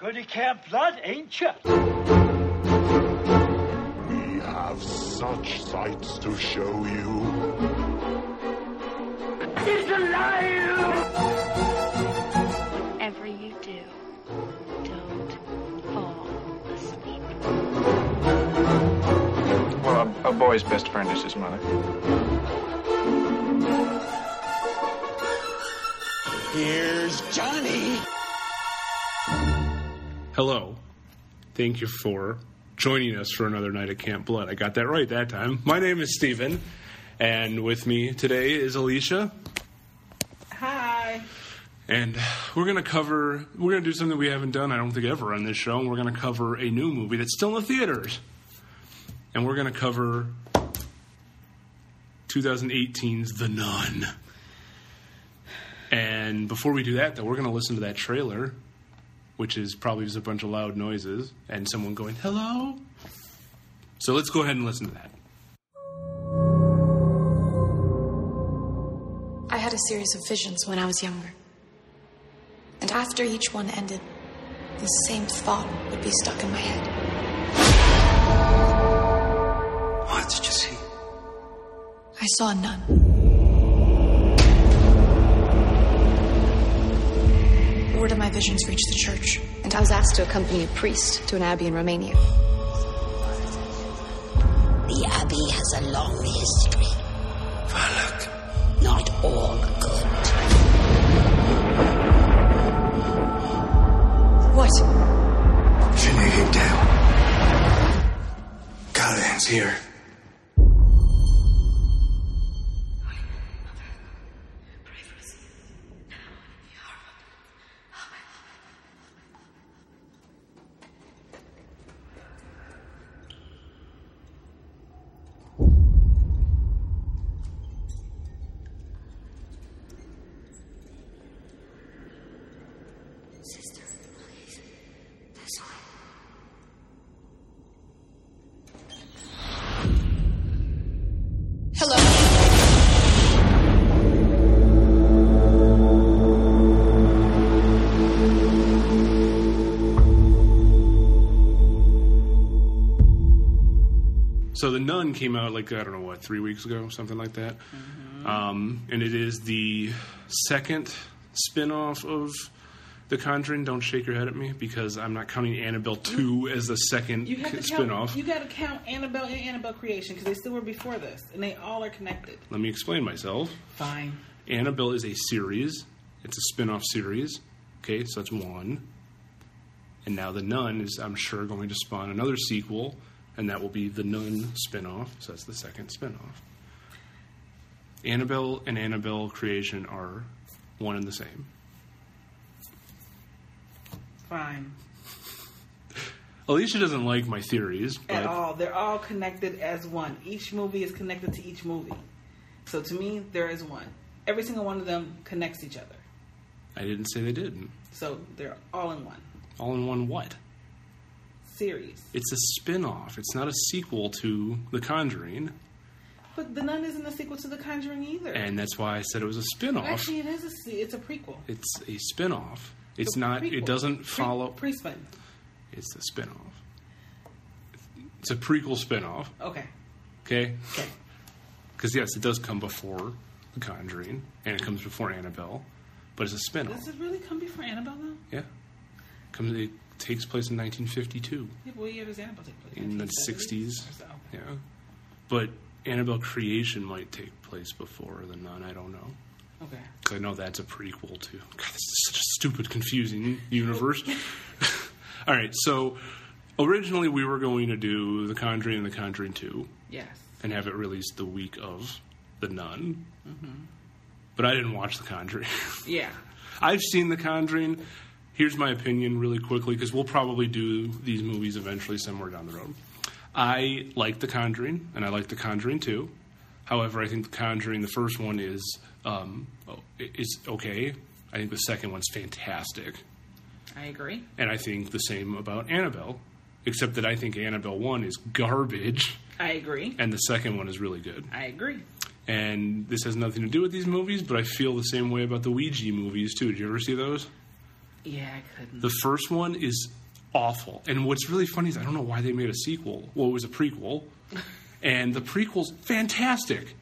Good at Camp Blood, ain't you? We have such sights to show you. Whatever you do, don't fall asleep. Well, a, a boy's best friend is his mother. Hello. Thank you for joining us for another night at Camp Blood. I got that right that time. My name is Steven, and with me today is Alicia. Hi. And we're going to cover, we're going to do something we haven't done, I don't think, ever on this show. And we're going to cover a new movie that's still in the theaters. And we're going to cover 2018's The Nun. And before we do that, though, we're going to listen to that trailer, which is probably just a bunch of loud noises and someone going, hello. So let's go ahead and listen to that. I had a series of visions when I was younger. And after each one ended, the same thought would be stuck in my head. What did you see? I saw a nun. Word of my visions reached the church, and I was asked to accompany a priest to an abbey in Romania. The Abbey has a long history. Valak. Not all good. What? Finley came down. Callahan's here. Sister, please. This way. Hello? So the Nun came out like I don't know what three weeks ago, something like that, Mm-hmm. um, and it is the second spin-off of The Conjuring. Don't shake your head at me because I'm not counting Annabelle two as the second You have to count, spin-off. You got to count Annabelle and Annabelle Creation because they still were before this, and they all are connected. Let me explain myself. Fine. Annabelle is a series. It's a spin-off series. Okay, so that's one. And now the Nun is, I'm sure, going to spawn another sequel, and that will be the Nun spin-off. So that's the second spin-off. Annabelle and Annabelle Creation are one and the same. Fine. Alicia doesn't like my theories, but At all, they're all connected as one. Each movie is connected to each movie. So to me, there is one. Every single one of them connects each other. I didn't say they didn't. So they're all in one All in one what? series. It's a spin-off. It's not a sequel to The Conjuring, But The Nun isn't a sequel to The Conjuring either. and that's why I said it was a spin-off. Actually, it is a se- it's a prequel. It's a spin-off. It's a not. prequel. It doesn't Pre- follow. pre-spin. it's a spin-off. It's a prequel spin-off. Okay. Okay. Okay. Because yes, it does come before The Conjuring, and it comes before Annabelle, but it's a Does spin-off. it really come before Annabelle though? Yeah. Comes. It takes place in 1952. Yeah, but what year does Annabelle take place? in the 1970s 60s. or so. Yeah. But Annabelle Creation might take place before The Nun. I don't know. Okay. 'Cause I know that's a prequel to. God, this is such a stupid, confusing universe. All right, so originally we were going to do The Conjuring and The Conjuring 2 Yes. and have it released the week of The Nun. But I didn't watch The Conjuring. Yeah. I've seen The Conjuring. Here's my opinion, really quickly, because we'll probably do these movies eventually somewhere down the road. I like The Conjuring, and I like The Conjuring too. However, I think The Conjuring, the first one, is um, o- is okay. I think the second one's fantastic, I agree. and I think the same about Annabelle, except that I think Annabelle one is garbage, I agree. and the second one is really good. I agree. And this has nothing to do with these movies, but I feel the same way about the Ouija movies too. Did you ever see those? Yeah, I couldn't. The first one is awful. And what's really funny is I don't know why they made a sequel. Well, it was a prequel. And the prequel's fantastic.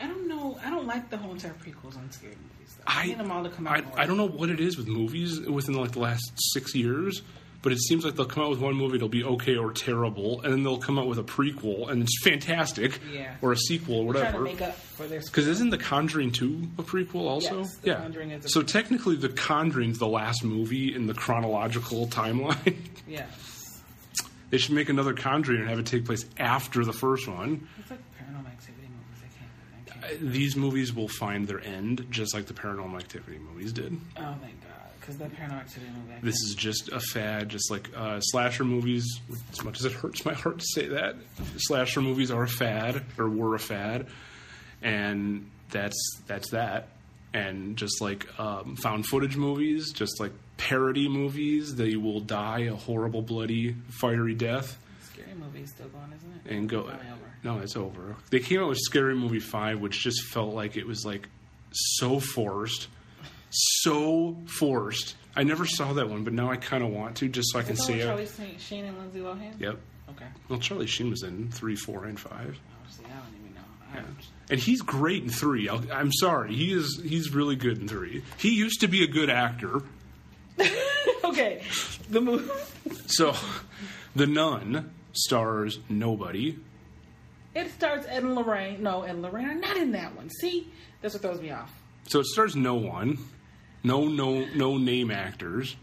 I don't know. I don't like the whole entire prequels on scary movies. Though. I, I need them all to come out. I, in I order. don't know what it is with movies within like the last six years, but it seems like they'll come out with one movie, it'll be okay or terrible, and then they'll come out with a prequel and it's fantastic, Yeah. or a sequel or Trying to whatever. make up for their Because isn't The Conjuring two a prequel also? Yes, The yeah. Conjuring is a so prequel. technically, The Conjuring's the last movie in the chronological timeline. Yeah, they should make another Conjuring and have it take place after the first one. it's like paranormal activity movies. I can't. I can't. These movies will find their end, just like the Paranormal Activity movies did. oh my god! Because the paranormal activity movie. I This can't- is just a fad, just like uh, slasher movies. As much as it hurts my heart to say that, slasher movies are a fad or were a fad, and that's that's that. And just like um, found footage movies, just like parody movies, they will die a horrible, bloody, fiery death scary movie is still going, isn't it? and go. Probably over. No, it's over. They came out with Scary Movie Five, which just felt like it was like so forced, so forced. I never saw that one, but now I kind of want to just so I can Is that see with Charlie it. Sheen- Sheen and Lindsay Lohan. Yep. Okay. Well, Charlie Sheen was in three, four, and five, Honestly, I don't even know. I don't- and he's great in three. I'll, I'm sorry, he is. He's really good in three. He used to be a good actor. okay, the movie. So, The Nun stars nobody. It starts Ed and Lorraine. No, Ed and Lorraine are not in that one. See, that's what throws me off. So it stars no one, no, no, no name actors.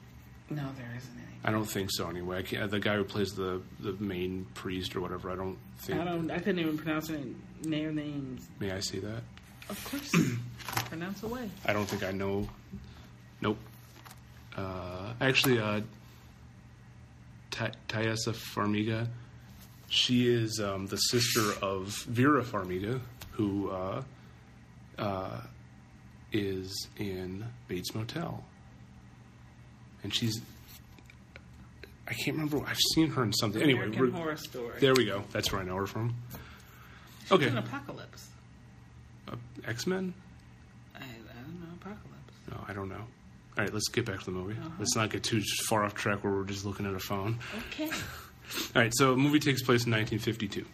No, there isn't any. I don't think so. Anyway, I can't, the guy who plays the the main priest or whatever. I don't think. I don't. I couldn't even pronounce their their names. May I see that? Of course, pronounce away. I don't think I know. Nope. Uh, actually, uh, Ta- Thaisa Farmiga. She is um, the sister of Vera Farmiga, who uh, uh, is in Bates Motel, and she's. I can't remember. I've seen her in something. Anyway, American we're- Horror Story. There we go. That's where I know her from. It's Okay. an apocalypse. Uh, X Men? I, I don't know apocalypse. No, I don't know. All right, let's get back to the movie. Let's not get too far off track where we're just looking at a phone. Okay. All right, so the movie takes place in 1952.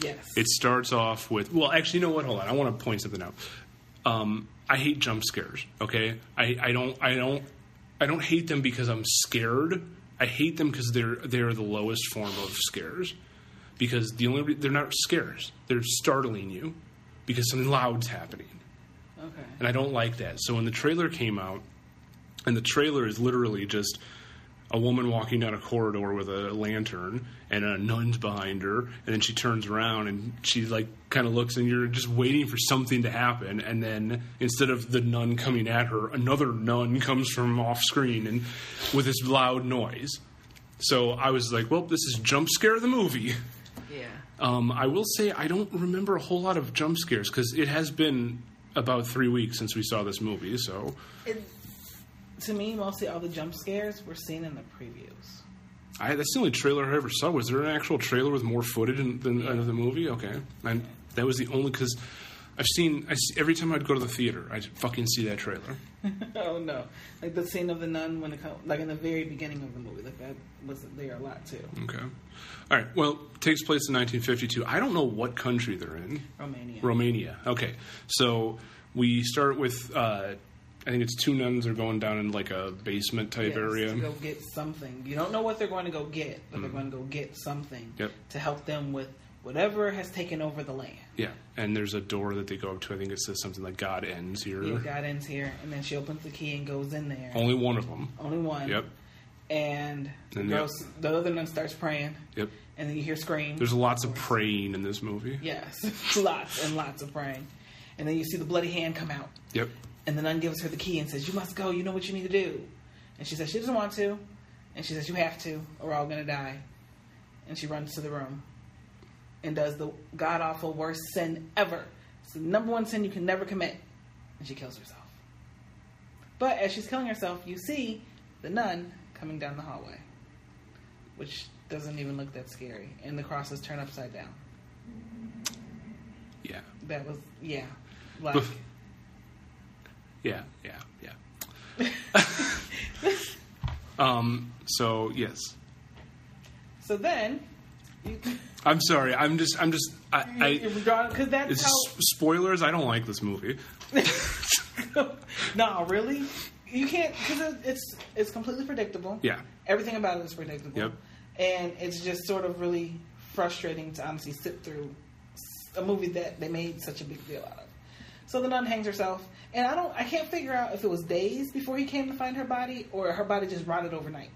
Yes. It starts off with well, actually, you know what? Hold on, I want to point something out. Um, I hate jump scares. Okay, I, I don't, I don't, I don't hate them because I'm scared. I hate them because they're they're the lowest form of scares. Because the only re- they're not scares. They're startling you because something loud's happening okay. and I don't like that. So when the trailer came out, and the trailer is literally just a woman walking down a corridor with a lantern and a nun's behind her, and then she turns around and she like kind of looks, and you're just waiting for something to happen, and then instead of the nun coming at her, another nun comes from off screen and with this loud noise. So I was like, well, this is jump scare the movie. Yeah. Um, I will say I don't remember a whole lot of jump scares because it has been about three weeks since we saw this movie. So It, to me, mostly all the jump scares were seen in the previews. I, that's the only trailer I ever saw. Was there an actual trailer with more footage in, than of the movie? Okay, and that was the only because I've seen I s every time I'd go to the theater, I'd fucking see that trailer. oh no! Like the scene of the nun when it comes, like in the very beginning of the movie, like that was there a lot too. Okay, all right. Well, it takes place in 1952. I don't know what country they're in. Romania. Romania. Okay, so we start with. Uh, I think it's two nuns are going down in like a basement type Yes, area. To go get something. You don't know what they're going to go get, but they're going to go get something Mm-hmm. Yep. to help them with whatever has taken over the land. Yeah, and there's a door that they go up to. I think it says something like "God ends here." Yeah, God ends here, and then she opens the key and goes in there. Only one of them. Only one. Yep, And the, And girl, the other nun starts praying, yep. and then you hear screams. There's lots of praying in this movie. yes, lots and lots of praying, and then you see the bloody hand come out, Yep. and the nun gives her the key and says, "You must go. You know what you need to do." And she says she doesn't want to, and she says you have to, or we're all gonna die. And she runs to the room, and does the god awful worst sin ever. It's the number one sin you can never commit, and she kills herself. But as she's killing herself, you see the nun coming down the hallway, which doesn't even look that scary, and the cross is turned upside down. Yeah. That was yeah, like Bef- Yeah. Yeah. Yeah. Um, so yes, So then, you, I'm sorry. I'm just. I'm just. I. I because that's it's how. just spoilers. I don't like this movie. no, really, you can't because it's it's completely predictable. Yeah. everything about it is predictable. Yep. and it's just sort of really frustrating to honestly sit through s- a movie that they made such a big deal out of. So the nun hangs herself, and I don't, I can't figure out if it was days before he came to find her body, or her body just rotted overnight.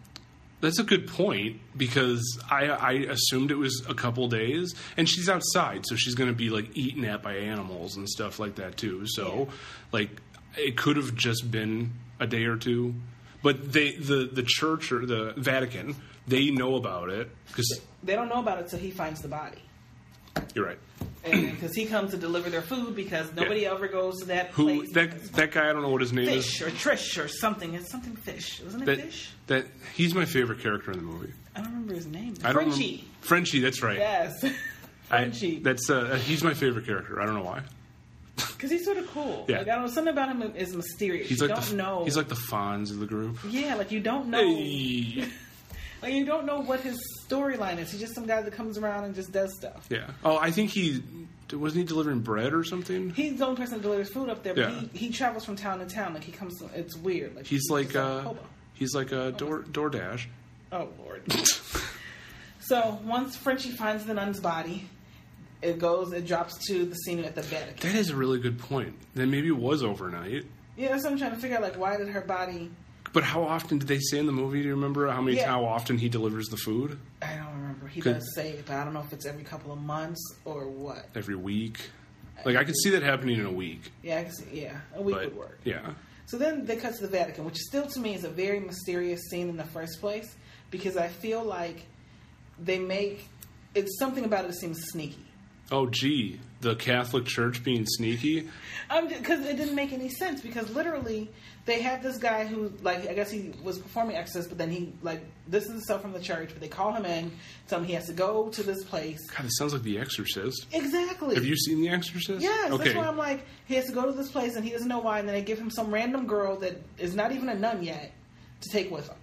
That's a good point because I, I assumed it was a couple days, and she's outside, so she's going to be like eaten at by animals and stuff like that too. So, like, it could have just been a day or two, but they the the church or the Vatican they know about it because They don't know about it till he finds the body, you're right. because he comes to deliver their food because nobody ever goes to that Who place. that that guy? I don't know what his name Fish is. or Trish or something. It's something fish. Wasn't it That fish? that he's my favorite character in the movie. I don't remember his name. I don't remem- Frenchie. Frenchie, that's right. Yes. I- Frenchie. that's uh, he's my favorite character. I don't know why. Because he's sort of cool. Yeah. Like, I don't know. Something about him is mysterious. He's you like don't the, know. He's like the Fonz of the group. yeah, like you don't know. Hey. Like you don't know what his storyline is. He's just some guy that comes around and just does stuff. Yeah. Oh, I think he wasn't he delivering bread or something. He's the only person that delivers food up there, but Yeah. he, he travels from town to town. Like he comes, it's weird. Like He's like just a uh, hobo. he's like a door DoorDash. Oh Lord. so once Frenchie finds the nun's body, it goes, it drops to the scene at the Vatican. That is a really good point. Then maybe it was overnight. Yeah, that's what I'm trying to figure out. Like, why did her body? But how often did they say in the movie? Do you remember how many Yeah. how often he delivers the food I don't remember. He Could- does say it, but I don't know if it's every couple of months or what. every week? Like I could see that happening in a week. Yeah, I can see, yeah, a week But would work. yeah, So then they cut to the Vatican, which still to me is a very mysterious scene in the first place because I feel like they make it's something about it that seems sneaky. Oh, gee, the Catholic Church being sneaky. I'm because it didn't make any sense because literally they had this guy who like I guess he was performing exorcist, but then he like this is stuff from the church, but they call him in, tell him he has to go to this place. God, this sounds like The Exorcist. Exactly. Have you seen The Exorcist? Yes, Okay. that's why I'm like, he has to go to this place and he doesn't know why, and then they give him some random girl that is not even a nun yet to take with him.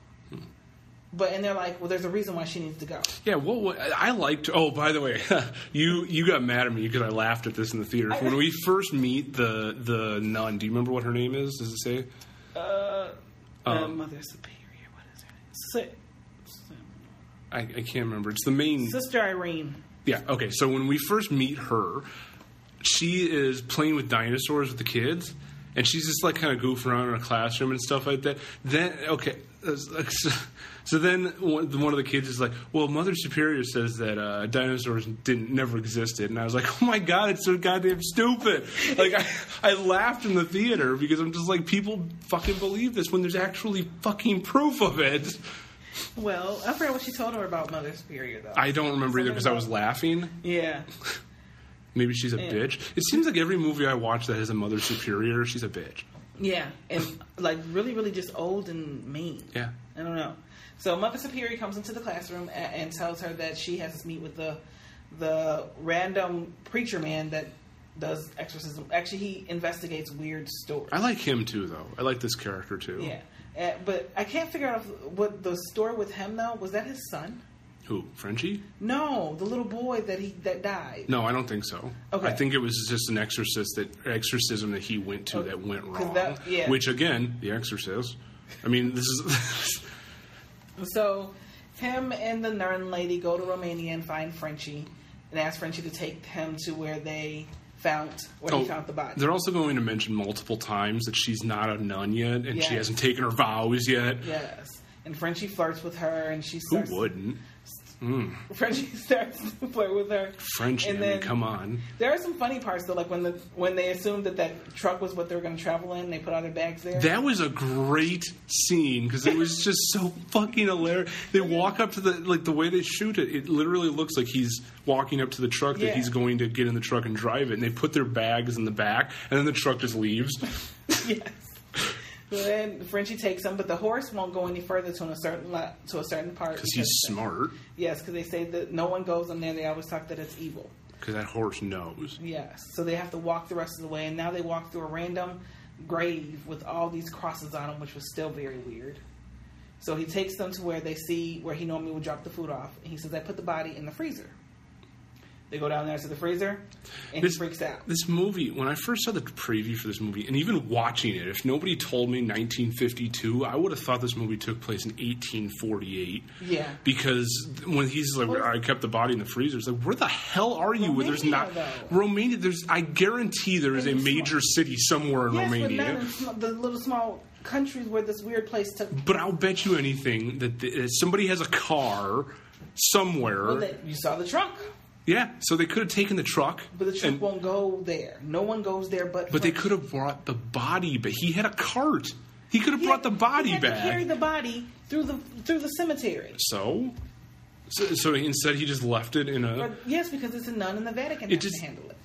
But and they're like, well, there's a reason why she needs to go. yeah. What, what I liked. Oh, by the way, you you got mad at me because I laughed at this in the theater when we first meet the the nun. Do you remember what her name is? Does it say? Um, the mother superior, what is her name? I, I can't remember. It's the main. Si- Sister Irene. Yeah. Okay. So when we first meet her, she is playing with dinosaurs with the kids, and she's just like kind of goofing around in a classroom and stuff like that. Then okay, uh, so then one one of the kids is like, "Well, Mother Superior says that uh, dinosaurs didn't never existed," and I was like, "Oh my god, it's so goddamn stupid!" Like I, I laughed in the theater because I'm just like, people fucking believe this when there's actually fucking proof of it. Well, I forgot what she told her about mother superior though. I don't remember either because I was laughing. yeah, Maybe she's a bitch. It seems like every movie I watch that has a mother superior, she's a bitch. yeah, and like really, really just old and mean. Yeah. I don't know. So Mother Superior comes into the classroom a- and tells her that she has to meet with the the random preacher man that does exorcism. Actually, he investigates weird stories. I like him too, though. I like this character too. yeah, Uh, but I can't figure out if, what the story with him though was that his son? Who? Frenchie? No, the little boy that he that died. No, I don't think so. Okay. I think it was just an exorcist that exorcism that he went to that went 'Cause wrong. that- yeah. Which again, the exorcist. I mean, this is So him and the nun lady go to Romania and find Frenchie and ask Frenchie to take him to where they found where Oh, he found the body. They're also going to mention multiple times that she's not a nun yet and she Yeah. hasn't taken her vows yet. Yes. And Frenchie flirts with her, and she Who starts. wouldn't? Frenchie starts to flirt with her. Frenchie, I mean, come on. There are some funny parts though, like when the when they assumed that that truck was what they were going to travel in, they put all their bags there. That was a great scene because it was just so fucking hilarious. They walk up to the like the way they shoot it. It literally looks like he's walking up to the truck that Yeah. he's going to get in the truck and drive it. And they put their bags in the back, and then the truck just leaves. yes. Then Frenchie takes them, but the horse won't go any further to a certain lot, to a certain part Because he's smart. Yes, because they say that no one goes in there. They always talk that it's evil. Because that horse knows. Yes. So they have to walk the rest of the way, and now they walk through a random grave with all these crosses on them, which was still very weird. So he takes them to where they see where he normally would drop the food off. And he says, I put the body in the freezer. They go down there to the freezer and he freaks out. This movie, when I first saw the preview for this movie, and even watching it, if nobody told me 1952, I would have thought this movie took place in 1848. Yeah. Because when he's like, I kept the body in the freezer, it's like, where the hell are you? where there's not Romania, though. Romania. There's, I guarantee there is a Maybe small. major city somewhere in Yes, but Romania. not in sm- the little small countries where this weird place took. But I'll bet you anything that th- that somebody has a car somewhere. Well, they- You saw the truck, yeah, so they could have taken the truck. but the truck and- won't go there. No one goes there, but but they could have brought the body back. He had a cart. He could have brought the body he had to back. carry the body through the through the cemetery. so? so, so instead he just left it in a. But yes, because it's a nun in the Vatican. It has just- to handle it.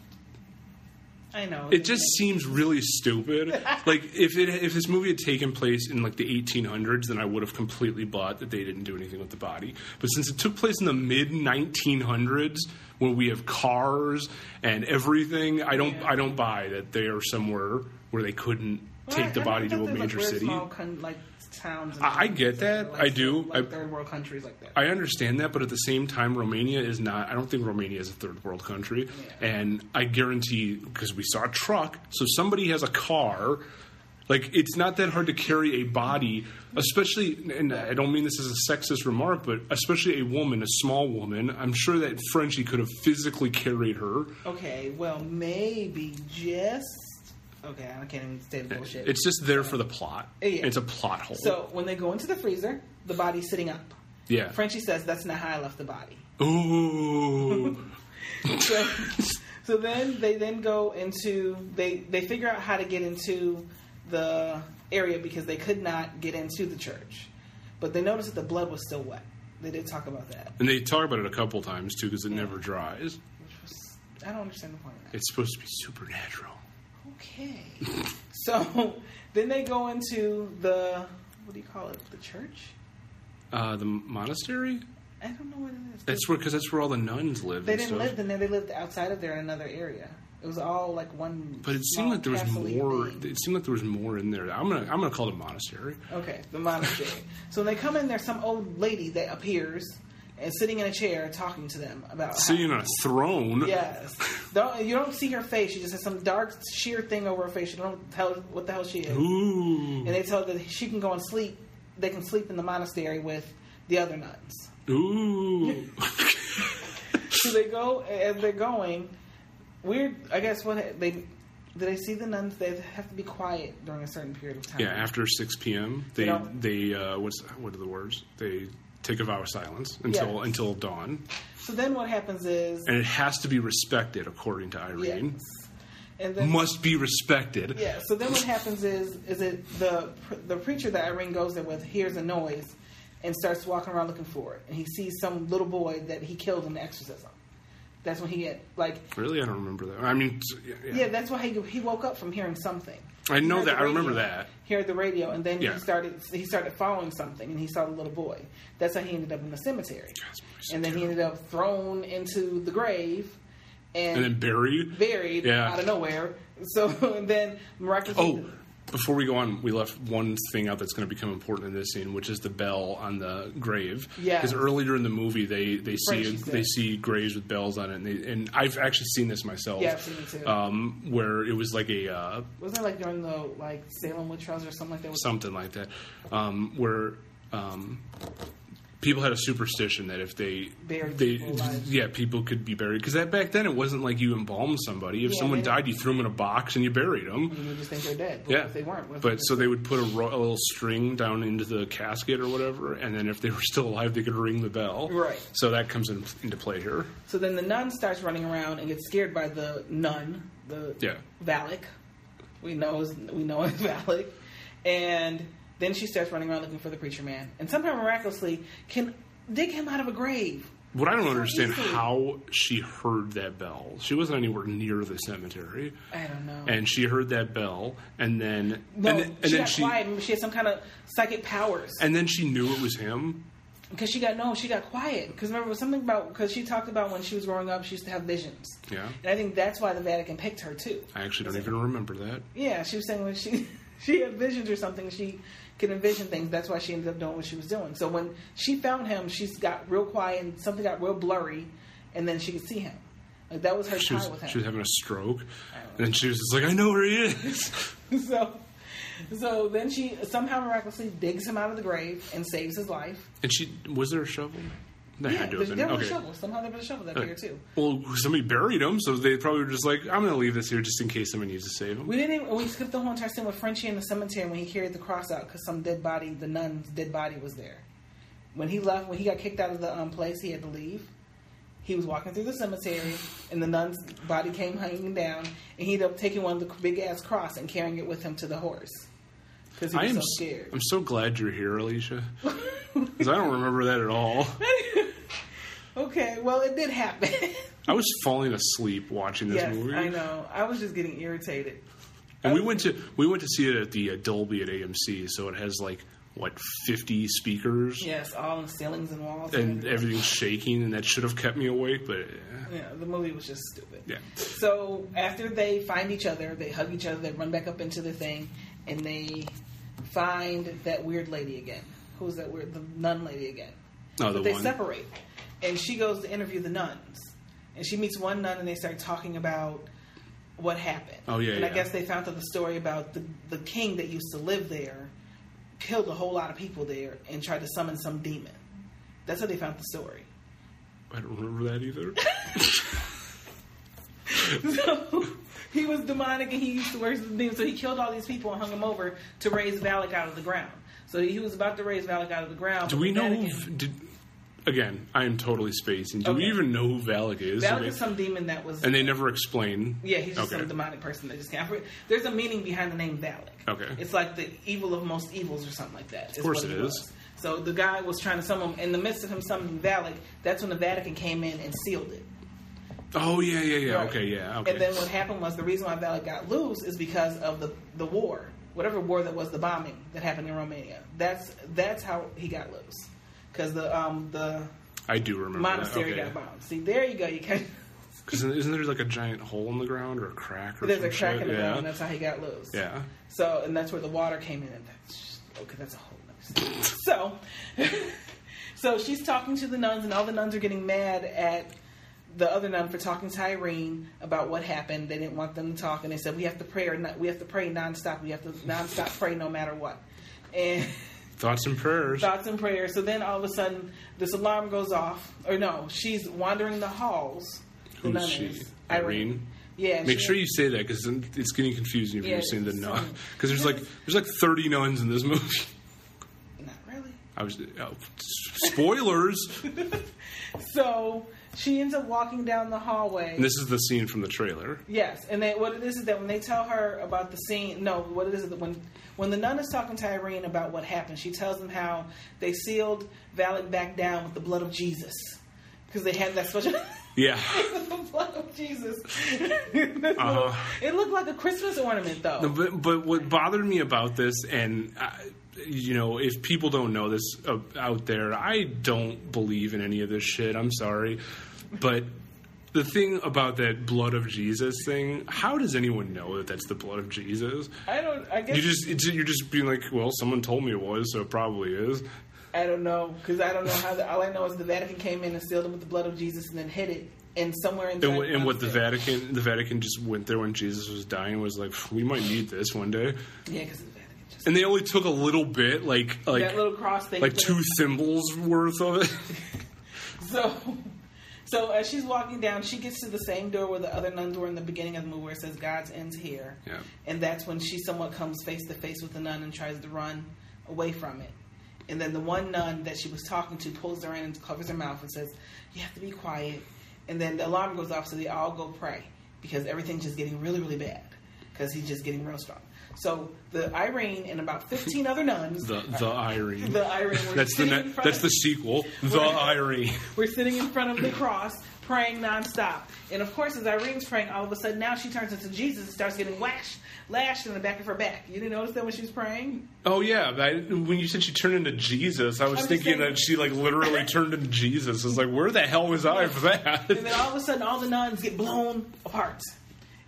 I know. It just seems really stupid. like if it if this movie had taken place in like the 1800s, then I would have completely bought that they didn't do anything with the body. But since it took place in the mid 1900s, where we have cars and everything, I don't I don't buy that they are somewhere where they couldn't Well, I- take the I body thought to a there was, like, major weird city. small con- like towns. and I- I get things like that. Like, I do. Like I- third world countries like that. I understand that, but at the same time, Romania is not. I don't think Romania is a third world country, and I guarantee because we saw a truck, so somebody has a car. Like it's not that hard to carry a body, especially. And I don't mean this as a sexist remark, but especially a woman, a small woman. I'm sure that Frenchie could have physically carried her. okay, well maybe just. Okay, I can't even say the bullshit. It's just there for the plot. Yeah. It's a plot hole. So when they go into the freezer, the body's sitting up. yeah. Frenchie says that's not how I left the body. Ooh. So, so then they then go into they they figure out how to get into the area because they could not get into the church, but they noticed that the blood was still wet. They did talk about that. and they talk about it a couple times too, because it never dries. I don't understand the point of that. It's supposed to be supernatural. Okay. so then they go into the what do you call it? The church? Uh, the monastery? I don't know what it is. That's where, because that's where all the nuns lived. they and didn't stuff. live in there. They lived outside of there in another area. It was all like one. But it seemed small like there was castle-y more. thing. It seemed like there was more in there. I'm gonna, I'm gonna call it a monastery. Okay, the monastery. so when they come in, there's some old lady that appears and sitting in a chair talking to them about. Sitting on a throne. Yes. Don't, you don't see her face. She just has some dark, sheer thing over her face. You don't tell what the hell she is. Ooh. And they tell her that she can go and sleep. They can sleep in the monastery with the other nuns. Ooh. So they go as they're going. Weird. I guess what they do they see the nuns? They have to be quiet during a certain period of time. yeah. After 6 p.m., they, don't- they, uh, what's what are the words? They take a vow of silence until Yes. until dawn, So then what happens is and it has to be respected according to Irene. yes. And then Must be respected. Yeah. So then what happens is is it the the preacher that Irene goes there with hears a noise and starts walking around looking for it, and he sees some little boy that he killed in the exorcism. That's when he had like Really, I don't remember that. I mean, t- yeah, yeah. yeah. That's why he he woke up from hearing something. I know Heard that. the I remember radio- that. Heard the radio, and then Yeah. he started he started following something, and he saw the little boy. That's how he ended up in the cemetery, this movie's so and then he ended up thrown into the grave. And, and then buried. buried Yeah. out of nowhere. So and then miraculously, Oh, before we go on, we left one thing out that's going to become important in this scene, which is the bell on the grave. Yes. Because earlier in the movie, they they see Frenchie's they dead. see graves with bells on it, and, they, and I've actually seen this myself. Yeah, I've seen it too. Um, where it was like a uh, Wasn't it like during the like Salem witch trials or something like that? Was something like that, um, where um, people had a superstition that if they Buried they people alive. yeah people could be buried because that back then it wasn't like you embalmed somebody. If Yeah, someone they- Mm-hmm. died, you threw them in a box and you buried them. you would just think they're dead? But Yeah, if they weren't. what if But they- so they would put a, ro- a little string down into the casket or whatever, and then if they were still alive, they could ring the bell. Right. So that comes in, into play here. so then the nun starts running around and gets scared by the nun, the Yeah. Valak. We know is we know it's Valak, and then she starts running around looking for the preacher man, and somehow miraculously can dig him out of a grave. What I don't So understand easy. how she heard that bell. She wasn't anywhere near the cemetery, I don't know. and she heard that bell, and then no, and, then- and she then got she quiet. and She had some kind of psychic powers. and then she knew it was him. Because she got no, she got quiet. Because remember, it was something about because she talked about when she was growing up, she used to have visions. Yeah. and I think that's why the Vatican picked her too. I actually don't even remember that. Yeah, she was saying when she she had visions or something, she could envision things. That's why she ended up doing what she was doing. So when she found him, she's got real quiet and something got real blurry, and then she could see him. Like that was her She time was, with him. she was having a stroke, and she was just like, I know where he is. so, so then she somehow miraculously digs him out of the grave and saves his life. And she was there a shovel? There Yeah, had to there, have been. there was okay. a shovel. Somehow there was a shovel that Okay. year too. Well, somebody buried him, so they probably were just like, I'm going to leave this here just in case someone needs to save him. We didn't. Even, we skipped the whole entire scene with Frenchie in the cemetery when he carried the cross out because some dead body, the nun's dead body, was there. When he left, when he got kicked out of the um, place, he had to leave. He was walking through the cemetery, and the nun's body came hanging down, and he ended up taking one of the big ass cross and carrying it with him to the horse because he I was am so s- scared. I'm so glad you're here, Alicia. Because I don't remember that at all. okay, well, it did happen. I was falling asleep watching this yes, movie. I know. I was just getting irritated. And we went to we went to see it at the uh, Dolby at AMC, so it has like what 50 speakers Yes, all the ceilings and walls and everything's shaking and that should have kept me awake, but eh, Yeah, the movie was just stupid. Yeah. So after they find each other, they hug each other, they run back up into the thing, and they find that weird lady again. Who's that weird? The nun lady again. no, the But they one separate, and she goes to interview the nuns, and she meets one nun, and they start talking about what happened. Oh, yeah, And I yeah. guess they found out the story about the the king that used to live there killed a whole lot of people there and tried to summon some demon. That's how they found the story. I don't remember that either. So he was demonic and he used to worship the demon. So he killed all these people and hung them over to raise Valak out of the ground. So he was about to raise Valak out of the ground. Do but we the know? Who, Vatican- did, again, I am totally spacing. Do we Okay. even know who Valak is? I Valak mean, is some demon that was. and they never explain. yeah, he's just okay. some demonic person that just can't. There's a meaning behind the name Valak. Okay. It's like the evil of most evils or something like that. Of course it is. So the guy was trying to summon him. In the midst of him summoning Valak, that's when the Vatican came in and sealed it. Oh yeah, yeah, yeah. Right. Okay, yeah. Okay. And then what happened was the reason why Valak got loose is because of the the war, whatever war that was, the bombing that happened in Romania. That's that's how he got loose, because the um Oh, the I do remember. monastery that. got bombed. See, there you go. You can. Because isn't there like a giant hole in the ground or a crack or There's a some crack shit? in the yeah. ground. and That's how he got loose. Yeah. So and that's where the water came in. And that's okay. That's a whole nother. story. so, so she's talking to the nuns, and all the nuns are getting mad at the other nun for talking to Irene about what happened. They didn't want them to talk, and they said we have to pray or not, we have to pray nonstop. We have to nonstop pray no matter what. And Thoughts and prayers. thoughts and prayers. So then all of a sudden, this alarm goes off. Or no, she's wandering the halls. The Who's nun she? is. Irene? Yeah. Make she- sure you say that because it's getting confusing if Yeah, you're seeing the nun. sorry. Because there's like there's like 30 nuns in this movie. Not really. I was oh, spoilers. and So she ends up walking down the hallway. this is the scene from the trailer. Yes, and they, what it is is that when they tell her about the scene, no, what it is is that when when the nun is talking to Irene about what happened, she tells them how they sealed Valak back down with the blood of Jesus because they had that special. Yeah. the blood of Jesus. Uh-huh. It looked like a Christmas ornament, though. No, But, but what bothered me about this, and I, you know, if people don't know this uh, out there, I don't believe in any of this shit. I'm sorry, but the thing about that blood of Jesus thing, how does anyone know that that's the blood of Jesus? I don't. I guess You just it's, you're just being like, well, someone told me it was, so it probably is. I don't know because I don't know how. The, all I know is the Vatican came in and sealed it with the blood of Jesus, and then hid it, and somewhere in. And, what- and what the Vatican, the Vatican just went there when Jesus was dying was like, we might need this one day, Yeah, because the Vatican just and they only took a little bit, like like that little cross thing. like put two thimbles worth of it. So, so as she's walking down, she gets to the same door where the other nuns were in the beginning of the movie, where it says "God's ends here," Yeah. and that's when she somewhat comes face to face with the nun and tries to run away from it. And then the one nun that she was talking to pulls her in and covers her mouth and says, "You have to be quiet." And then the alarm goes off, so they all go pray because everything's just getting really, really bad because he's just getting real strong. So the Irene and about fifteen other nuns, The the Irene. The Irene, we're That's the sitting in ne- front that's of- the sequel. The Irene. We're sitting in front of the cross praying nonstop. And of course, as Irene's praying, all of a sudden now she turns into Jesus and starts getting lashed, lashed in the back of her back. You didn't notice that when she was praying? Oh yeah, but I- when you said she turned into Jesus, I was I'm just thinking saying- that she like literally turned into Jesus. I was like, where the hell was I for And that? then all of a sudden, all the nuns get blown apart.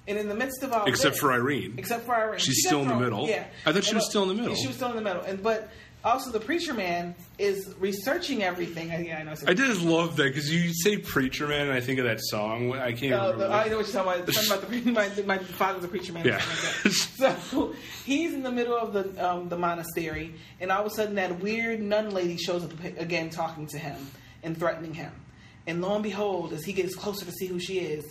And in the midst of all Except this- for Irene. except for Irene, She's She got still in the thrown- middle. Yeah, I thought she And was but- still in the middle. She was still in the middle, and but also the preacher man is researching everything. I, yeah, I know. I did love that because you say preacher man, and I think of that song. I can't Uh, remember. the, I know what you're talking about. It's talking about the, my, my father's a preacher man. or Yeah. something like that. so he's in the middle of the um, the monastery, and all of a sudden that weird nun lady shows up again, talking to him and threatening him. And lo and behold, as he gets closer to see who she is,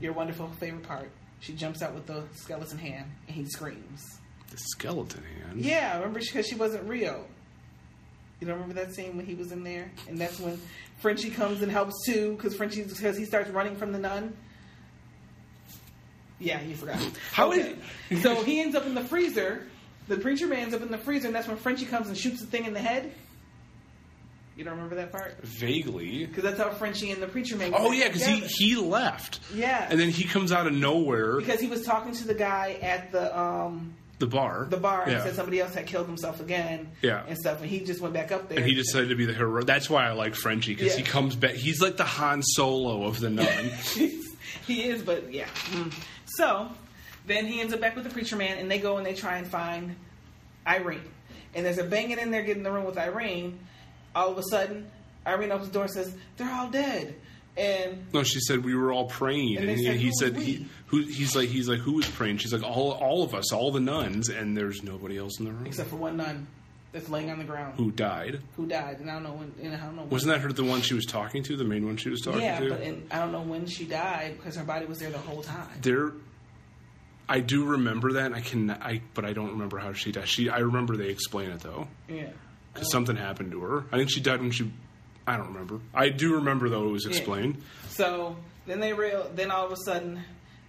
your wonderful favorite part, she jumps out with the skeleton hand, and he screams. the skeleton hand. Yeah, I remember because she wasn't real. You don't remember that scene when he was in there, and that's when Frenchie comes and helps too, because Frenchie because he starts running from the nun. Yeah, you forgot. How Okay. is- so he ends up in the freezer. The preacher man's up in the freezer, and that's when Frenchie comes and shoots the thing in the head. You don't remember that part Vaguely. because that's how Frenchie and the preacher man. Oh got yeah, because together. he he left. Yeah. And then he comes out of nowhere. because he was talking to the guy at the um the bar. the bar and Yeah. said somebody else had killed himself again. Yeah. and stuff, and he just went back up there. And he decided to be the hero. That's why I like Frenchie because he Yeah. comes back. He's like the Han Solo of the nun. he is, but yeah. Mm. So then he ends up back with the preacher man, and they go and they try and find Irene. And there's a banging in there, getting in the room with Irene. All of a sudden, Irene opens the door and says, "They're all dead." And no, she said we were all praying, and, And they he, said, he "Who's said we?" he who he's like he's like who was praying? She's like all all of us, all the nuns, and there's nobody else in the room except for one nun that's laying on the ground who, who died. died, and I don't know when. And I don't know. When. Wasn't that her the one she was talking to, the main one she was talking yeah, to? but and I don't know when she died because her body was there the whole time. there I do remember that and I can I but I don't remember how she died. She I remember they explain it though. Yeah. 'Cause Oh. something happened to her. I think she died when she I don't remember. I do remember though it was explained. So then they real. Then all of a sudden,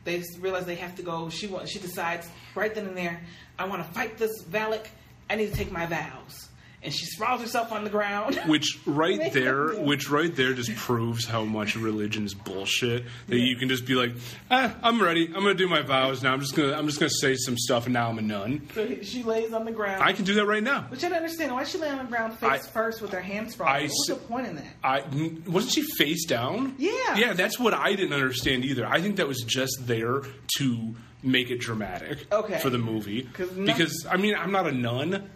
they s- realize they have to go. She wants. She decides right then and there. I want to fight this Valak. I need to take my vows. And she sprawls herself on the ground. Which right Make them there, do it. which right there, just proves how much religion is bullshit. That you can just be like, ah, I'm ready. I'm gonna do my vows now. I'm just gonna, I'm just gonna say some stuff, and now I'm a nun. So she lays on the ground. I can do that right now. Which I don't understand. Why she lay on the ground face I- first with her hands sprawled? I What's s- the point in that? I n- wasn't she face down. Yeah. yeah, that's what I didn't understand either. I think that was just there to make it dramatic, Okay. for the movie. 'Cause nun- because I mean, I'm not a nun,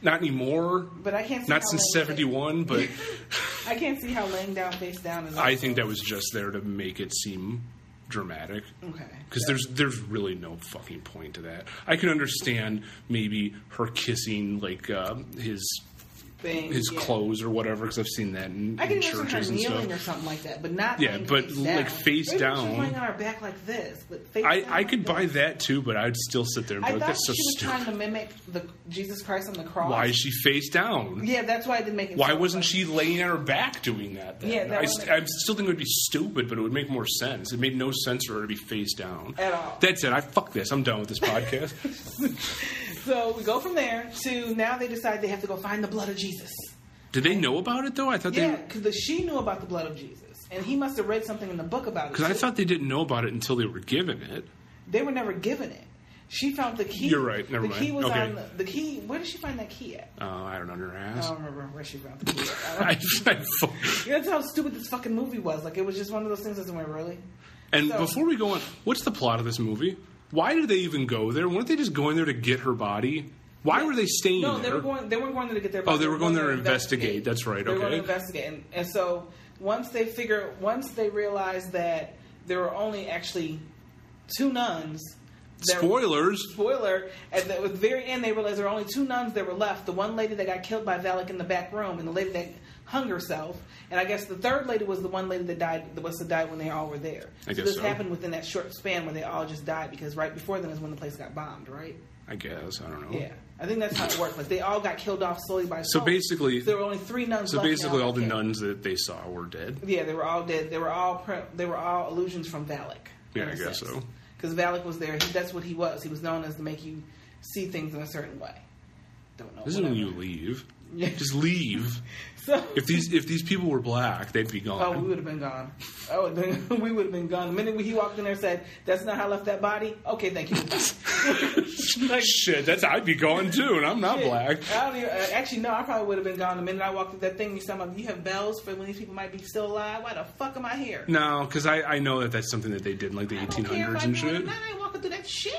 not anymore. But I can't see not how since they- '71, but I can't see how laying down face down is. I think that was just there to make it seem dramatic. Okay. Because there's there's really no fucking point to that. I can understand maybe her kissing like uh, his Thing, his yeah. clothes or whatever. Because I've seen that in, I can in imagine churches her and kneeling stuff. or something like that, but not. Yeah, laying but face l- down. like face Maybe She down. was laying on her back like this, but face I, down I like could this. buy that too, but I'd still sit there and be I like, thought "That's so she was stupid." trying to mimic the Jesus Christ on the cross. Why is she face down? Yeah, that's why I didn't make it. Why sound wasn't like- she laying on her back doing that? Then? Yeah, that I, would st- make- I still think it would be stupid, but it would make more sense. It made no sense for her to be face down At all. That's it. I fuck this. I'm done with this podcast. So we go from there to now they decide they have to go find the blood of Jesus. Did they know about it though? I thought Yeah, they because she knew about the blood of Jesus, and he must have read something in the book about it. because I too. thought they didn't know about it until they were given it. they were never given it. She found the key. You're right, never the mind. key was Okay. on the, the key. Where did she find that key at? Uh, I don't know her I ass. don't remember where she found the key. At. I don't- I, I fu- That's how stupid this fucking movie was. Like it was just one of those things. Doesn't went really. and So- before we go on, what's the plot of this movie? Why did they even go there? Weren't they just going there to get her body? Why were they staying No, there? they were going. They weren't going there to get their. Oh, they were going there to to investigate. That's right, They were going to okay. investigate, and, and so once they figure, once they realize that there were only actually two nuns. there- Spoilers. Spoiler! At the, at the very end, they realized there were only two nuns that were left. The one lady that got killed by Valak in the back room, and the lady that hung herself. And I guess the third lady was the one lady that died. That was to die when they all were there. I guess this so. happened within that short span where they all just died because right before then is when the place got bombed. Right? I guess I don't know. Yeah, I think that's how it worked. Like they all got killed off slowly by So slowly. basically- So there were only three nuns. So left basically, now. all the Okay. nuns that they saw were dead. Yeah, they were all dead. They were all pre- they were all illusions from Valak. Yeah, I guess so. Because Valak was there. He, that's what he was. He was known as to make you see things in a certain way. Don't know. This is whatever. when you leave. Just leave. So, If these if these people were black, they'd be gone. oh, we would have been gone. Oh, we would have been gone. The minute he walked in there and said, "That's not how I left that body." Okay, thank Oh, you. Like, Shit, that's I'd be gone too, and I'm not black. I don't even, uh, actually, no, I probably would have been gone the minute I walked through that thing. You said, "You have bells for when these people might be still alive." Why the fuck am I here? No, because I, I know that that's something that they did in like the I don't care if 1800s I'm and going or shit. not. I ain't walking through that shit.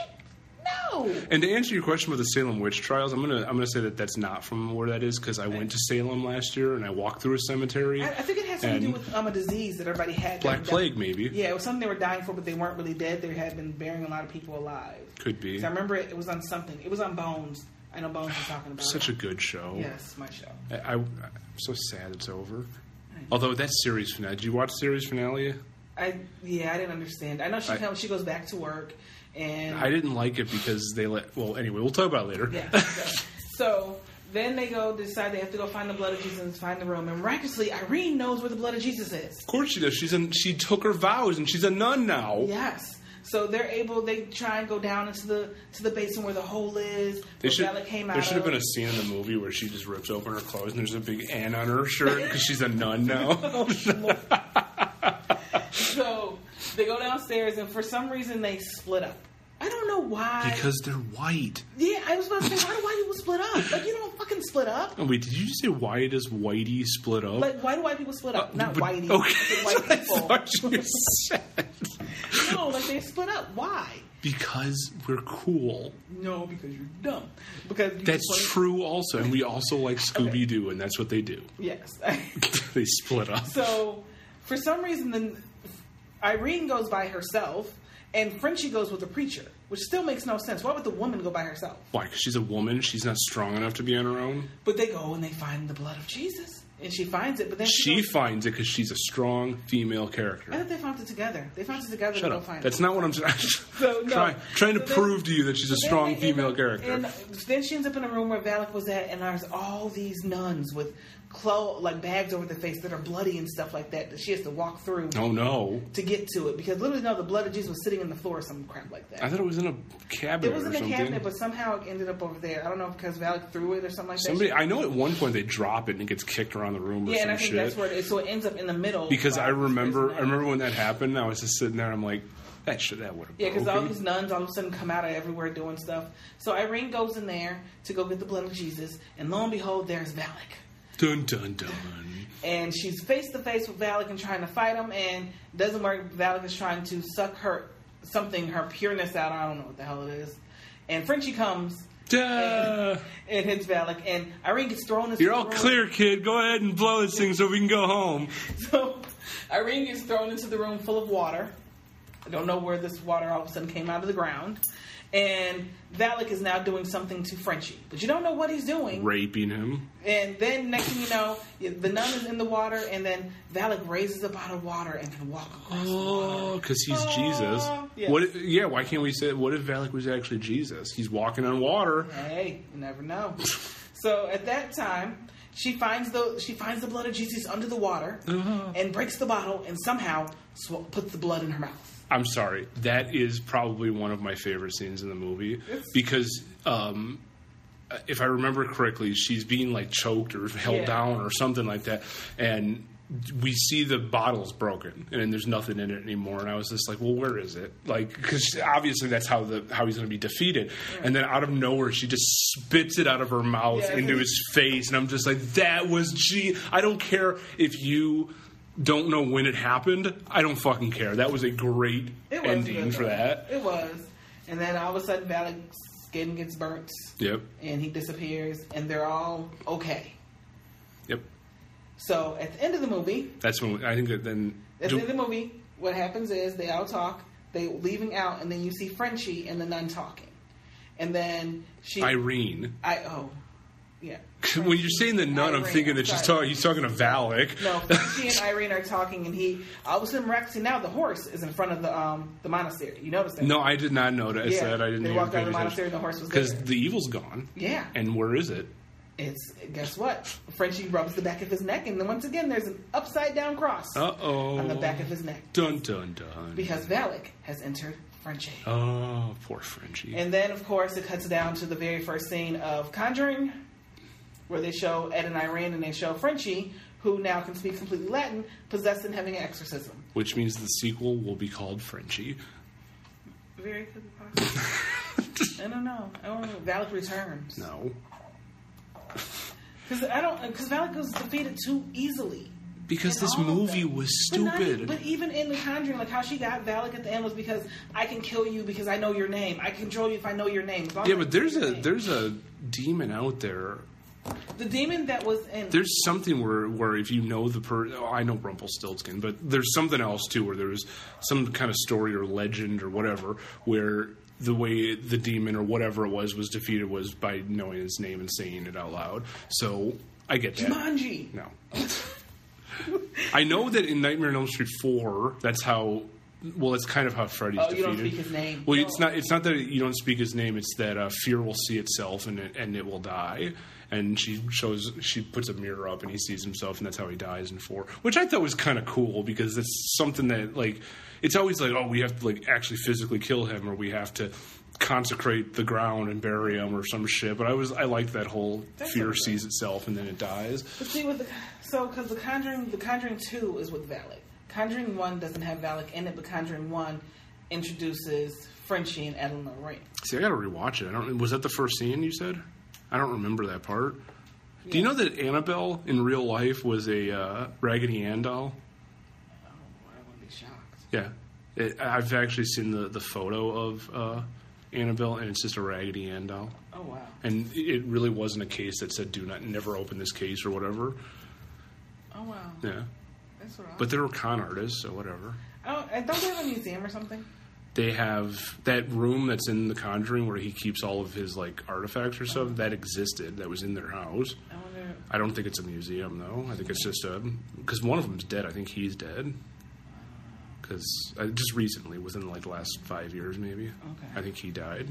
No. And to answer your question about the Salem witch trials, I'm gonna I'm gonna say that that's not from where that is because I went to Salem last year and I walked through a cemetery. I, I think it has something to do and with um, a disease that everybody had. Black that- Plague, maybe. Yeah, it was something they were dying for, but they weren't really dead. They had been burying a lot of people alive. Could be. 'Cause I remember it, it was on something. It was on Bones. I know Bones was talking about. Such a it. good show. yes, my show. I, I, am so sad it's over. Although that series finale, did you watch series finale? I yeah, I didn't understand. I know she I- comes, she goes back to work, and I didn't like it because they let. Well, anyway, we'll talk about it later. Yeah. So, so then they go decide they have to go find the blood of Jesus and find the room. And miraculously, Irene knows where the blood of Jesus is. Of course she does. She's a, she took her vows and she's a nun now. Yes. So they're able. They try and go down into the to the basin where the hole is. They where should, Bella came out. there should have of. been a scene in the movie where she just rips open her clothes and there's a big N on her shirt because she's a nun now. Oh, So they go downstairs, and for some reason they split up. I don't know why. because they're white. yeah, I was about to say, why do white people split up? Like you don't fucking split up. Oh, wait, did you just say why does whitey split up? Like why do white people split up? Not Uh, But- whitey. Okay, but that's white people. what I thought you said. No, like they split up. Why? Because we're cool. No, because you're dumb. Because you That's just wanna- true, also, and we also like Scooby Doo, and that's what they do. Yes. they split up. So, for some reason, then Irene goes by herself, and Frenchie goes with the preacher, which still makes no sense. Why would the woman go by herself? Why? Because she's a woman. She's not strong enough to be on her own. But they go and they find the blood of Jesus, and she finds it. But then she, She goes- finds it because she's a strong female I character. thought they found it together. They found it together. Shut to up. Go find That's it. not what I'm saying. So, no. Trying- trying to So then- prove to you that she's a Then strong they end female up- character. And uh, then she ends up in a room where Valak was at, and there's all these nuns with clo- like bags over their face that are bloody and stuff like that that she has to walk through oh no! to get to it because literally, no, the blood of Jesus was sitting in the floor or some crap like that. I thought it was in a cabinet It was or in the something. cabinet, but somehow it ended up over there. I don't know if because Valak threw it or something like Somebody, that. I know at one point they drop it and it gets kicked around the room or yeah, some and I think shit. that's where it is. So it ends up in the middle. because Wow, I remember, that's I remember when that happened. I was just sitting there. I'm like, that shit, that would have. Yeah, because all these nuns all of a sudden come out of everywhere doing stuff. So Irene goes in there to go get the blood of Jesus, and lo and behold, there's Valak. dun dun dun. And she's face to face with Valak and trying to fight him, and doesn't work. Valak is trying to suck her something, her pureness out. I don't know what the hell it is. And Frenchie comes Duh. and hits Valak, and Irene gets thrown. into You're the all room. clear, kid. Go ahead and blow this thing so we can go home. So Irene gets thrown into the room full of water. I don't know where this water all of a sudden came out of the ground. And Valak is now doing something to Frenchie, but you don't know what he's doing. Raping him. And then next thing you know, the nun is in the water, and then Valak raises a bottle of water and can walk across. Oh, because he's Jesus. yes. What? If, yeah. Why can't we say? What if Valak was actually Jesus? He's walking on water. Hey, you never know. So at that time, she finds the she finds the blood of Jesus under the water and breaks the bottle and somehow sw- puts the blood in her mouth. I'm sorry. That is probably one of my favorite scenes in the movie because um, if I remember correctly, she's being like choked or held Yeah. down or something like that, and we see the bottle's broken and there's nothing in it anymore. And I was just like, "Well, where is it?" Like, because obviously that's how the how he's going to be defeated. And then out of nowhere, she just spits it out of her mouth Yeah. into his face, and I'm just like, "That was G." I don't care if you. Don't know when it happened. I don't fucking care. That was a great It was ending good, for though. that. It was. And then all of a sudden, Valak's skin gets burnt, Yep. and he disappears, and they're all okay. Yep. So at the end of the movie, That's when we, I think that then. at do- the end of the movie, what happens is they all talk. They leaving out, and then you see Frenchie and the nun talking, and then she, Irene. I oh, yeah. When you're saying the nun, I'm Irene, thinking that she's sorry. talking. He's talking to Valak. No, Frenchie and Irene are talking, and he all of a sudden miraculously now the horse is in front of the um the monastery. You notice that? No, I did not notice Yeah, that. I didn't. they even walked out of the monastery and the horse was because there. the evil's gone. Yeah. And where is it? It's guess what? Frenchie rubs the back of his neck, and then once again, there's an upside down cross Uh oh. on the back of his neck Dun dun dun. because Valak has entered Frenchie. oh, poor Frenchie. And then, of course, it cuts down to the very first scene of Conjuring, where they show Ed and Irene and they show Frenchie, who now can speak completely Latin, possessed and having an exorcism. Which means the sequel will be called Frenchie. Very good possible. I don't know. I don't know. Valak returns. No. Because I don't. Because Valak was defeated too easily. Because in this all of movie them. was But not- e-, stupid. But, even in The Conjuring, like how she got Valak at the end was because I can kill you because I know your name. I can control you if I know your name. If I'm yeah, gonna but there's know a your name. there's a demon out there. the demon that was in. There's something where where if you know the per, oh, I know Rumpelstiltskin, but there's something else too where there's some kind of story or legend or whatever where the way the demon or whatever it was was defeated was by knowing his name and saying it out loud. So I get that. Manji. No. I know that in Nightmare on Elm Street four, that's how. Well, that's kind of how Freddy's Oh, you defeated. don't speak his name. Well, No. it's not. It's not that you don't speak his name. It's that uh, fear will see itself and it, and it will die. And she shows. She puts a mirror up and he sees himself, and that's how he dies in four, which I thought was kind of cool because it's something that like it's always like oh we have to like actually physically kill him or we have to consecrate the ground and bury him or some shit. But I was I liked that whole That's fear okay. sees itself and then it dies. But see, with the, so because the Conjuring, the Conjuring Two is with Valak. Conjuring One doesn't have Valak in it, but Conjuring One introduces Frenchie and Adeline Lorraine. See, I gotta rewatch it. I don't. Was that the first scene you said? I don't remember that part. Do you know that Annabelle in real life was a uh, Raggedy Ann doll? I would be shocked. Yeah, it, I've actually seen the the photo of uh, Annabelle, and it's just a Raggedy Ann doll. Oh wow. And it really wasn't a case that said "Do not never open this case" or whatever. Oh wow. Yeah, That's what but they were con artists, so whatever. I don't, I don't they have a museum or something? They have that room that's in The Conjuring where he keeps all of his like artifacts or stuff that existed that was in their house. I wonder. I don't think it's a museum though. I think it's just a because one of them's dead. I think he's dead because uh, just recently, within like the last five years, maybe. Okay. I think he died.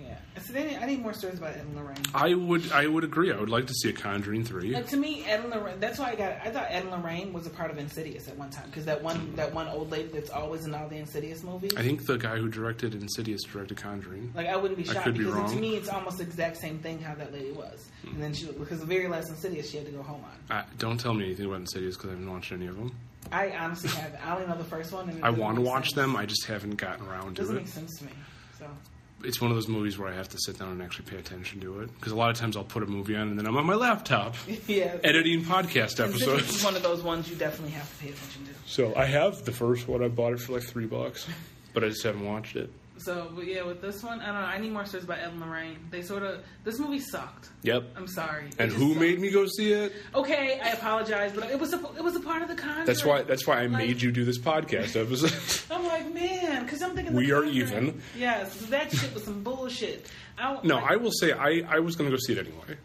Yeah. So they, I need more stories about Ed and Lorraine. I would I would agree. I would like to see a Conjuring three. Like to me, Ed and Lorraine. That's why I got. I thought Ed and Lorraine was a part of Insidious at one time because that one that one old lady that's always in all the Insidious movies. I think the guy who directed Insidious directed Conjuring. Like I wouldn't be I shocked could be because wrong. Hmm. to me it's almost the exact same thing how that lady was. And then she because the very last Insidious she had to go home on. I, don't tell me anything about Insidious because I haven't watched any of them. I honestly have I only know the first one. And it I doesn't want to make watch sense. them. I just haven't gotten around to doesn't it. make sense to me. So It's one of those movies where I have to sit down and actually pay attention to it because a lot of times I'll put a movie on and then I'm on my laptop yeah, editing podcast Insidious episodes. is one of those ones you definitely have to pay attention to. So I have the first one. I bought it for like three bucks, but I just haven't watched it. So but yeah, with this one I don't know. I need more stories about Ed and Lorraine. They sort of this movie sucked. Yep. I'm sorry. It And just who sucked. made me go see it? Okay, I apologize, but it was a, it was a part of the contract. That's why. That's why I made you do this podcast episode. I'm like, man, because I'm thinking We the are Conjuring. even. Yes, that shit was some bullshit. I, no, like, I will say I, I was going to go see it anyway.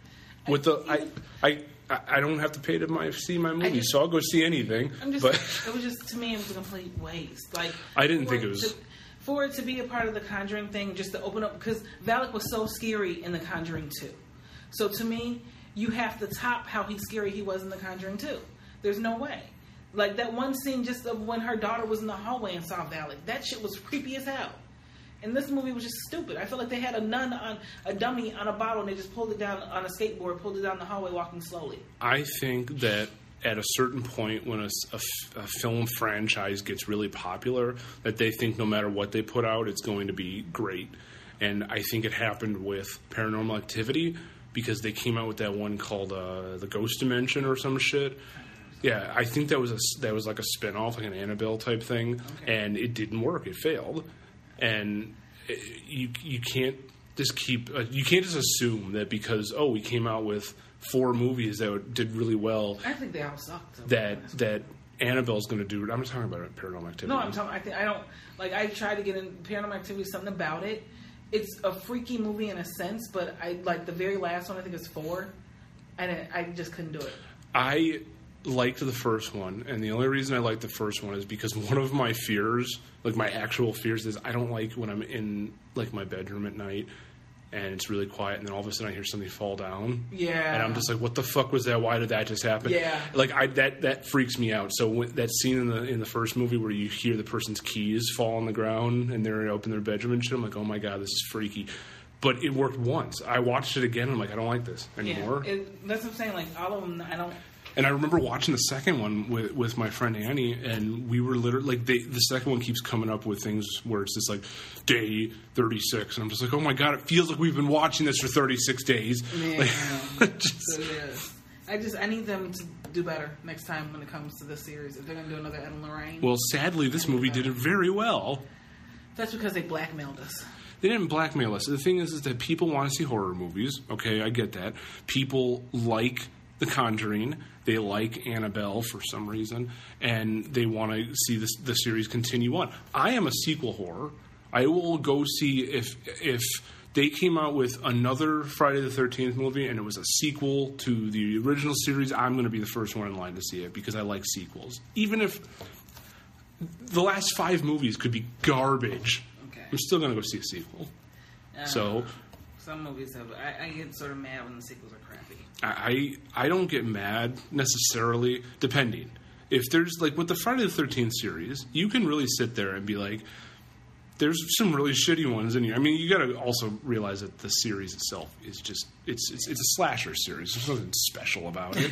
With the I I I I don't have to pay to my see my movie, just- so I'll go see anything. I'm just, but it was just to me, it was a complete waste. Like I didn't for think it was- to- for it to be a part of the Conjuring thing, just to open up because Valak was so scary in the Conjuring two. So to me, you have to top how he scary he was in the Conjuring two. There's no way. Like that one scene just of when her daughter was in the hallway and saw Valak. That shit was creepy as hell. And this movie was just stupid. I feel like they had a nun on a dummy on a bottle and they just pulled it down on a skateboard, pulled it down the hallway, walking slowly. I think that at a certain point, when a, s- a f- a film franchise gets really popular, that they think no matter what they put out, it's going to be great. And I think it happened with Paranormal Activity because they came out with that one called uh, the Ghost Dimension or some shit. Yeah, I think that was a s- that was like a spin-off, like an Annabelle type thing, and it didn't work. It failed, and eh, you you can't just keep uh, you can't just assume that because oh we came out with four movies that did really well I think they all sucked. though. that that Annabelle's going to do. I'm not talking about Paranormal Activity. No, I'm talking. I think I don't like. I tried to get in Paranormal Activity, something about it. It's a freaky movie in a sense, but I like the very last one. I think it's four. I didn't, I just couldn't do it. I liked the first one, and the only reason I liked the first one is because one of my fears, like my actual fears, is I don't like when I'm in like my bedroom at night and it's really quiet, and then all of a sudden I hear something fall down. Yeah. and I'm just like, what the fuck was that? Why did that just happen? Yeah. like I that that freaks me out. So when, that scene in the in the first movie where you hear the person's keys fall on the ground and they're up in their bedroom and shit, I'm like, oh my god, this is freaky. But it worked once. I watched it again. And I'm like, I don't like this anymore. Yeah, it, that's what I'm saying. Like all of them, I don't. And I remember watching the second one with, with my friend Annie, and we were literally like, they, the second one keeps coming up with things where it's just like day 36. And I'm just like, oh my God, it feels like we've been watching this for 36 days. Yeah. Like, just- So it is. I just I need them to do better next time when it comes to this series. If they're gonna do another Ed and Lorraine, well, sadly, this movie did it very well. that's because they blackmailed us. They didn't blackmail us. The thing is, is that people want to see horror movies. Okay, I get that. People like The Conjuring. They like Annabelle for some reason, and they want to see this, the series continue on. I am a sequel horror. I will go see if if they came out with another Friday the Thirteenth movie and it was a sequel to the original series. I'm going to be the first one in line to see it because I like sequels, even if the last five movies could be garbage. Okay. I'm still going to go see a sequel. Uh, So some movies have. I, I get sort of mad when the sequels are crappy. I I I don't get mad necessarily, depending. If there's like with the Friday the Thirteenth series, you can really sit there and be like, "There's some really shitty ones in here." I mean, you got to also realize that the series itself is just it's it's, it's a slasher series. There's nothing special about it.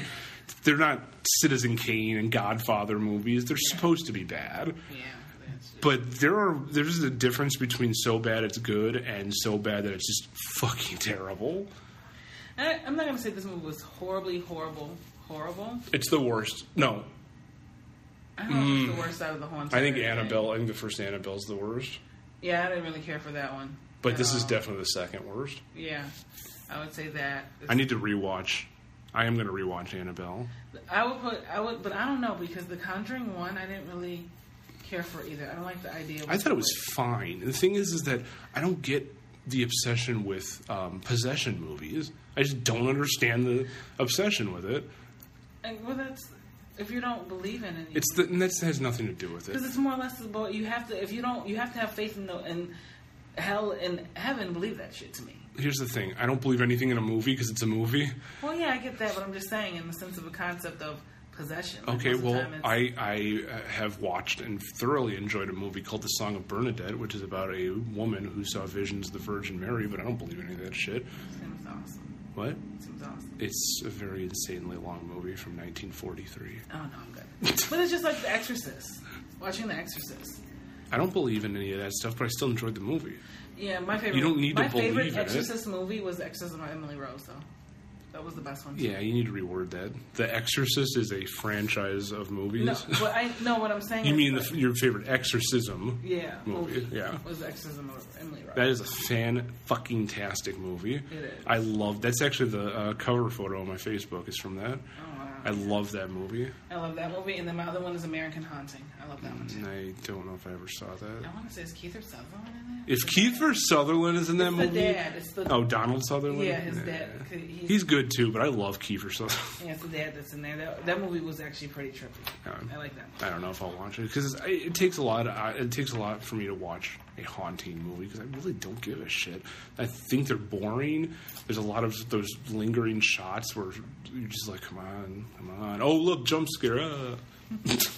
They're not Citizen Kane and Godfather movies. They're supposed to be bad. Yeah, that's But there are there's a difference between so bad it's good and so bad that it's just fucking terrible. I, I'm not gonna say this movie was horribly horrible, horrible. It's the worst. No, I don't know if it's the worst out of the whole. Mm. I think entire thing. Annabelle. I think the first Annabelle's the worst, Yeah, I didn't really care for that one. but this is Um, definitely the second worst. Yeah, I would say that. I need to rewatch. I am going to rewatch Annabelle. I would put. I would, but I don't know because the Conjuring one, I didn't really care for either. I don't like the idea. Of I thought it was fine. The thing is, is that I don't get the obsession with um, possession movies. I just don't understand the obsession with it. And, well, that's if you don't believe in it. It's the, and that has nothing to do with it. because it's more or less about you have to. If you don't, you have to have faith in the in hell and heaven. Believe that shit to me. Here's the thing: I don't believe anything in a movie because it's a movie. Well, yeah, I get that, but I'm just saying in the sense of a concept of possession. Like, Okay, most of the well, time it's- I, I uh, have watched and thoroughly enjoyed a movie called The Song of Bernadette, which is about a woman who saw visions of the Virgin Mary, but I don't believe any of that shit. seems awesome. What? Seems awesome. It's a very insanely long movie from 1943. Oh no, I'm good. but it's just like The Exorcist. Watching The Exorcist. I don't believe in any of that stuff, but I still enjoyed the movie. Yeah, my favorite. You don't need to my favorite believe in it. Exorcist movie was The Exorcism of Emily Rose, though. That was the best one. Yeah, you need to reword that. The Exorcist is a franchise of movies. No, but I know what I'm saying. you is mean that- the, your favorite exorcism? yeah movie, yeah. was The Exorcism of Emily Rose. That is a fan fucking tastic movie. It is. I love. That's actually the uh, cover photo on my Facebook is from that. Oh, wow. I love that movie. I love that movie, and then my other one is American Haunting. I love that one too. And I don't know if I ever saw that. I want to say it's Keith or Sutherland in there. If Kiefer Sutherland is in that It's the movie, dad. It's the oh Donald Sutherland, yeah, his Nah. dad. He's, He's good too, but I love Kiefer Sutherland. yeah, it's the dad that's in there. That, that movie was actually pretty trippy. Yeah. I like that. I don't know if I'll watch it because it takes a lot. I it takes a lot for me to watch a haunting movie because I really don't give a shit. I think they're boring. There's a lot of those lingering shots where you're just like, come on, come on. Oh look, jump scare. Uh.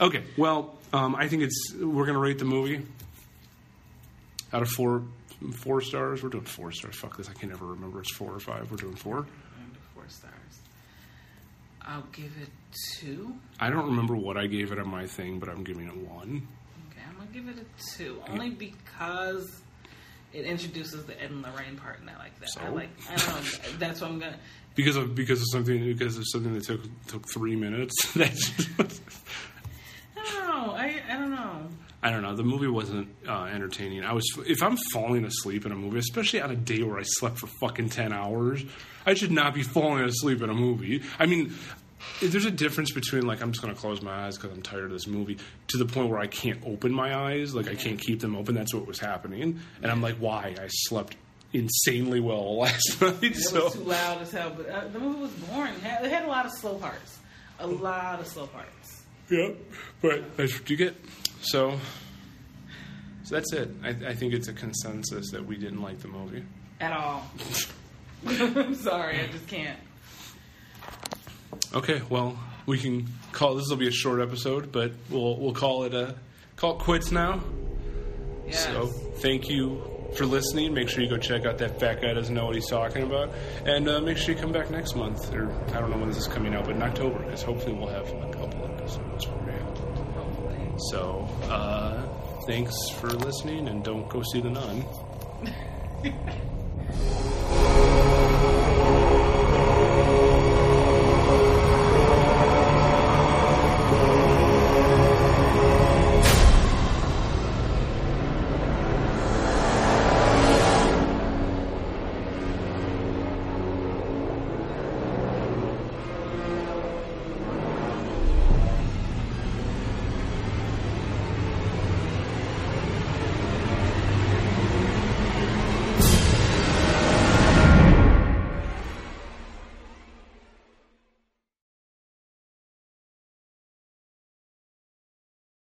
okay, well, um, I think it's we're gonna rate the movie out of four four stars. We're doing four stars. Fuck this, I can never remember. It's four or five. We're doing four. One to four stars. I'll give it two. I don't remember what I gave it on my thing, but I'm giving it one. Okay, I'm gonna give it a two, only because it introduces the Ed and Lorraine part, and I like that. I So? like. I don't know. That's what I'm gonna. because of because of something because of something that took took three minutes. That's I don't know. I I don't know. I don't know. The movie wasn't uh, entertaining. I was if I'm falling asleep in a movie, especially on a day where I slept for fucking ten hours, I should not be falling asleep in a movie. I mean. There's a difference between like I'm just gonna close my eyes because I'm tired of this movie to the point where I can't open my eyes, like I can't keep them open. That's what was happening, and I'm like, why? I slept insanely well last night. It so was too loud as hell, but uh, the movie was boring. It had, it had a lot of slow parts. A lot of slow parts. Yep. But that's what you get. So, so that's it. I, I think it's a consensus that we didn't like the movie. At all. I'm sorry. I just can't. Okay. Well, we can call this will be a short episode, but we'll we'll call it a call it quits now. Yes. So, thank you for listening. Make sure you go check out that fat guy doesn't know what he's talking about, and uh, make sure you come back next month, or I don't know when this is coming out, but in October, because hopefully we'll have a couple episodes for you. So, uh, thanks for listening, and don't go see the nun.